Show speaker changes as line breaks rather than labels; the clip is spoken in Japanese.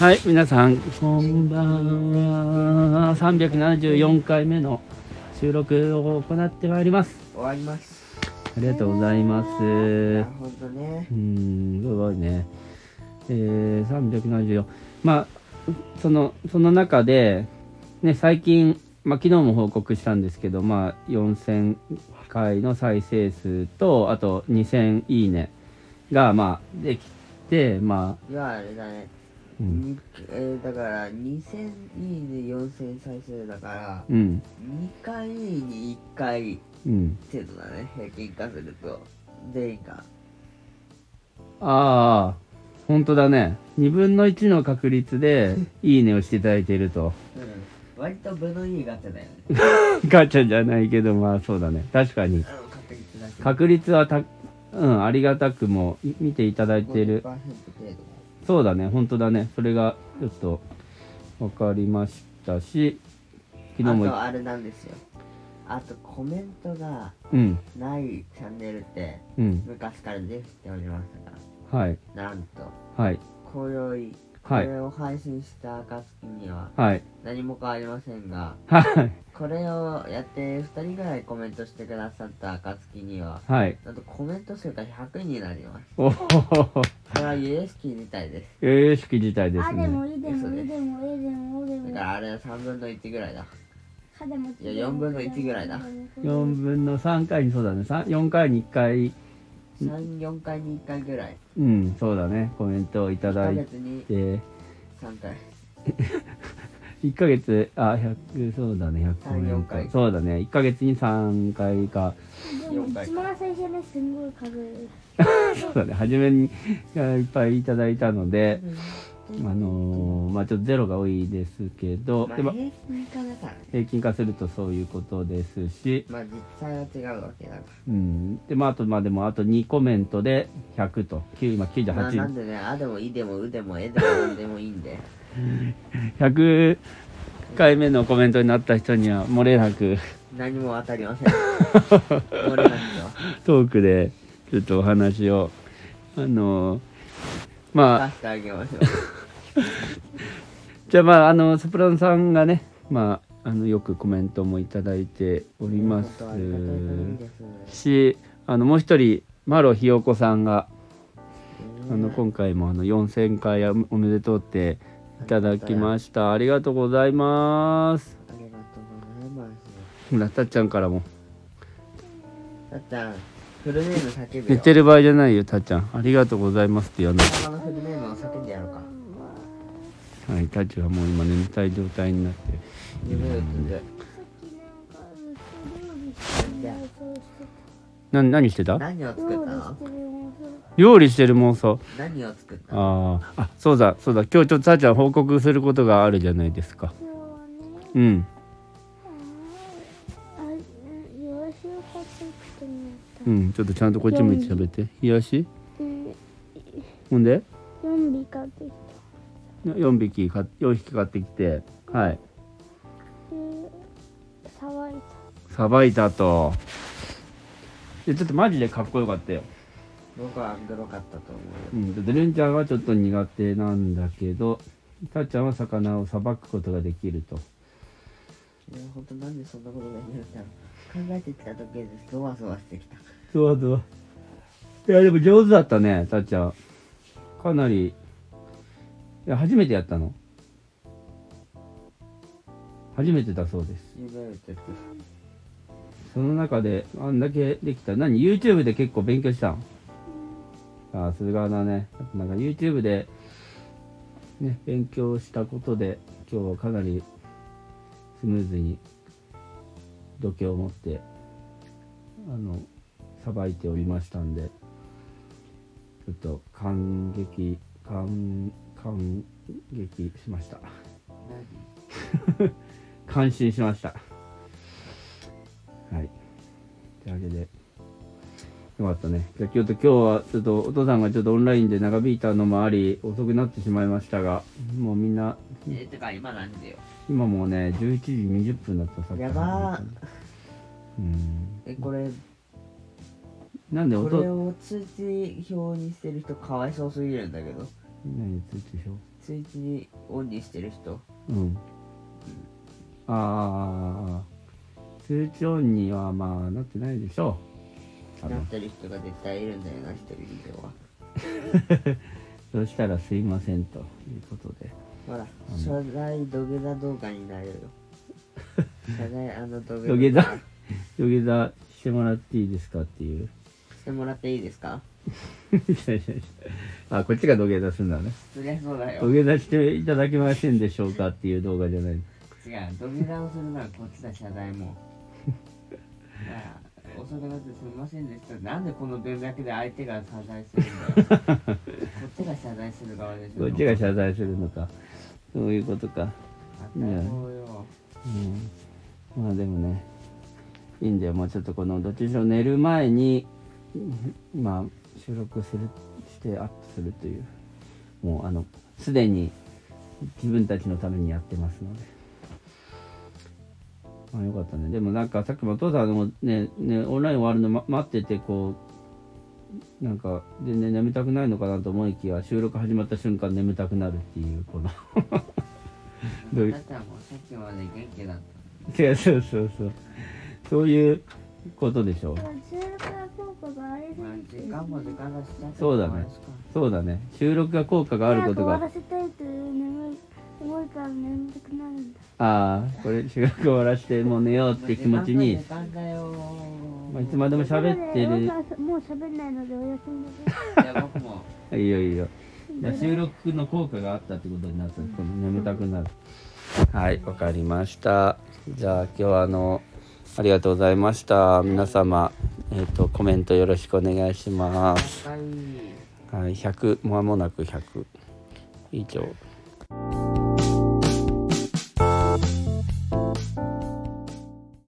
はい、皆さん、こんばんは。374回目の収録を行ってまいります。
終わります。
ありがとうございます。
なる
う
ほどね。
ん、すごいね。えー、374。まあ、その、その中で、ね、最近、まあ、昨日も報告したんですけど、まあ、4000回の再生数と、あと2000いいねが、まあ、できて、まあ、
いや、あれだね。
うん、
にえー、だから、2000いいね4000再生だから、
うん、
2回に1回
うん。
程度だね。平均化すると。全員が。
ああ、本当だね。2分の1の確率で、いいねをしていただいていると。
うん。割と部のいいガチャだよね。
ガチャじゃないけど、まあそうだね。確かに。
あの確率だけ。
確率はた、うん、ありがたくもい見ていただいてい
50%
る。
程度。
そうだね、本当だね。それが、ちょっと、わかりましたし、昨日
あと、
も、
あれなんですよ。あと、コメントが
うん、
ないチャンネルって、
うん、
昔から出ておりましたが、
はい、
なんと、
はい、
こよい、こ
はい
れを配信した暁には
はい、
何も変わりませんが、
はい、
これをやって2人ぐらいコメントしてくださった暁には、
はい。
なんとコメント数が100になります。
おほほほ。
これはゆえしきみたいです。
ええ式自体で
あ
す
で
ね。
もいでもいでもいでもいで
だ
も
からあれは3分の1ぐらいだ。
歯でも
いや四分の一ぐらいだ
4分の3回に、そうだね。三4回に1回、
3、4回に1回ぐらい。
うん、そうだね。コメントをいた
1
だ
ヶ
い
月に
て、
3回。
1ヶ月、あ、100、そうだね、100コメン
3 4回
ト。そうだね、1ヶ月に3回か。
でも一番最初ねすんごい数える
そうだね、初めにあいっぱいいただいたので、あのーまあちょっとゼロが多いですけど、
まあ
で
平
も
均化だからね。
平均化するとそういうことですし、
まあ実際は違うわけだか
うん。で、まああと、まあでも、あと2コメントで100と、9今
ら。まあな
98、
んでね、あでもいでもうでもえでもなんでもいいんで。
100回目のコメントになった人には、漏れなく、
何も当たりません。俺なんですよ。
トークでちょっとお話をあのー まあ
出してあげましょう。
じゃあまああのソプラノさんがねまああのよくコメントもいただいております
本当ありがたい限りです。
しあのもう一人マロひよこさんがあ
うん
の今回もあの4000回おおめでとうっていただきましたありがとうございます
ありがとうございます。
ほらたっちゃんからも
たっちゃん、フルネーム叫べよ。
寝てる場合じゃないよたっちゃんありがとうございますって言わない
仲間のフルネームを叫んでやろうか。
はいたっちはもう今眠たい状態になってる
夢をつる。
さっきなんか料理してる妄想し
な何
て
してた
何を
た
作
料
料
ったの
理してる妄想
理してる妄想
何を作ったの
あーあそうだそうだ今日ちょっとさあちゃん報告することがあるじゃないですか
今日はね
うん
あうんよろしを買ってきても
う
らった
んちょっとちゃんとこっち向いて喋って冷やし
うん
ほんで
四尾買ってきた
4匹か4匹買ってきてはい
でさばいた
さばいたとでちょっとマジでかっこよかったよ、
僕はグロかったと思
う、
うん
でレンちゃんはちょっと苦手なんだけどたっちゃんは魚をさばくことができると
よ。いや、本当なんでそんなことが言えたの考えてきた時にゾワゾワしてきた。
そうそういやでも上手だったねたっちゃんかなりいや初めてやったの初めてだそうです
夢をつる。
その中であんだけできた何 YouTube で結構勉強したんああそれがだねなんか YouTube でね勉強したことで今日はかなりスムーズに度胸を持ってあのさばいておりましたんでちょっと感激感感激しました感心しましたはいというわけでよかったねじゃあちょっと今日はちょっとお父さんがちょっとオンラインで長引いたのもあり遅くなってしまいましたがもうみんな
何え、てか今何時よ。
今もうね11時20分だったさっき
やばー。
うん
え、これ、
なんでお
ことれを通知表にしてる人かわいそうすぎるんだけど
何通知表
スイッチオンにしてる人
うん。ああ、通知音にはまあなってないでしょう。多
なっ
分
てる人が絶対いるんだよな一人以上
そ
は
したらすいませんということで。
ほら謝罪土下座動画 になるよ謝罪あの土下座
土下座、土下座してもらっていいですかっていう。
してもらっていいですか
あ、こっちが土下座するんだね。
そりゃそうだよ
土下座していただけませんでしょうかっていう動画じゃない。
違う、土下座をするならこっちだ、謝罪 も。いや、遅くなってすみませんでした。なんでこの文脈で相手が謝罪するんだよ。 こっちが謝罪する側でしょ。
こっちが謝罪するのか。そういうことか。
罪。そうよ。
うん、まあでもねいいんだよもうちょっとこのどっちにしろ寝る前にうんまあ収録するしてアップするというもうあのすでに自分たちのためにやってますので。まあよかったねでもなんかさっきもお父さんもねねオンライン終わるの、ま待っててこうなんか全然眠たくないのかなと思いきや収録始まった瞬間眠たくなるっていうこのどういう
だったらもうさっきまで元気だっ
違うそうそうそうそういうことでしょう
収録は効果があれ
た。まあ、時
です。
間も時間だしちゃった
そうだねそうだね収録が効果がある
早
こ
く
と
終
が
わらせたいという眠い思いから眠たくなるんだ。
ああこれ収録終わらしてもう寝ようっていう気持ちに
時、間だよ。
まあ、いつまでも喋って
という
る
ことでもう喋んないのでお休みです。
いや、僕も。
いいよいいよじゃあ収録の効果があったってことになったこの眠たくなるはいわかりましたじゃあ今日はあのありがとうございました皆様えっ、とコメントよろしくお願いします
はい。
はい100もう間もなく100以上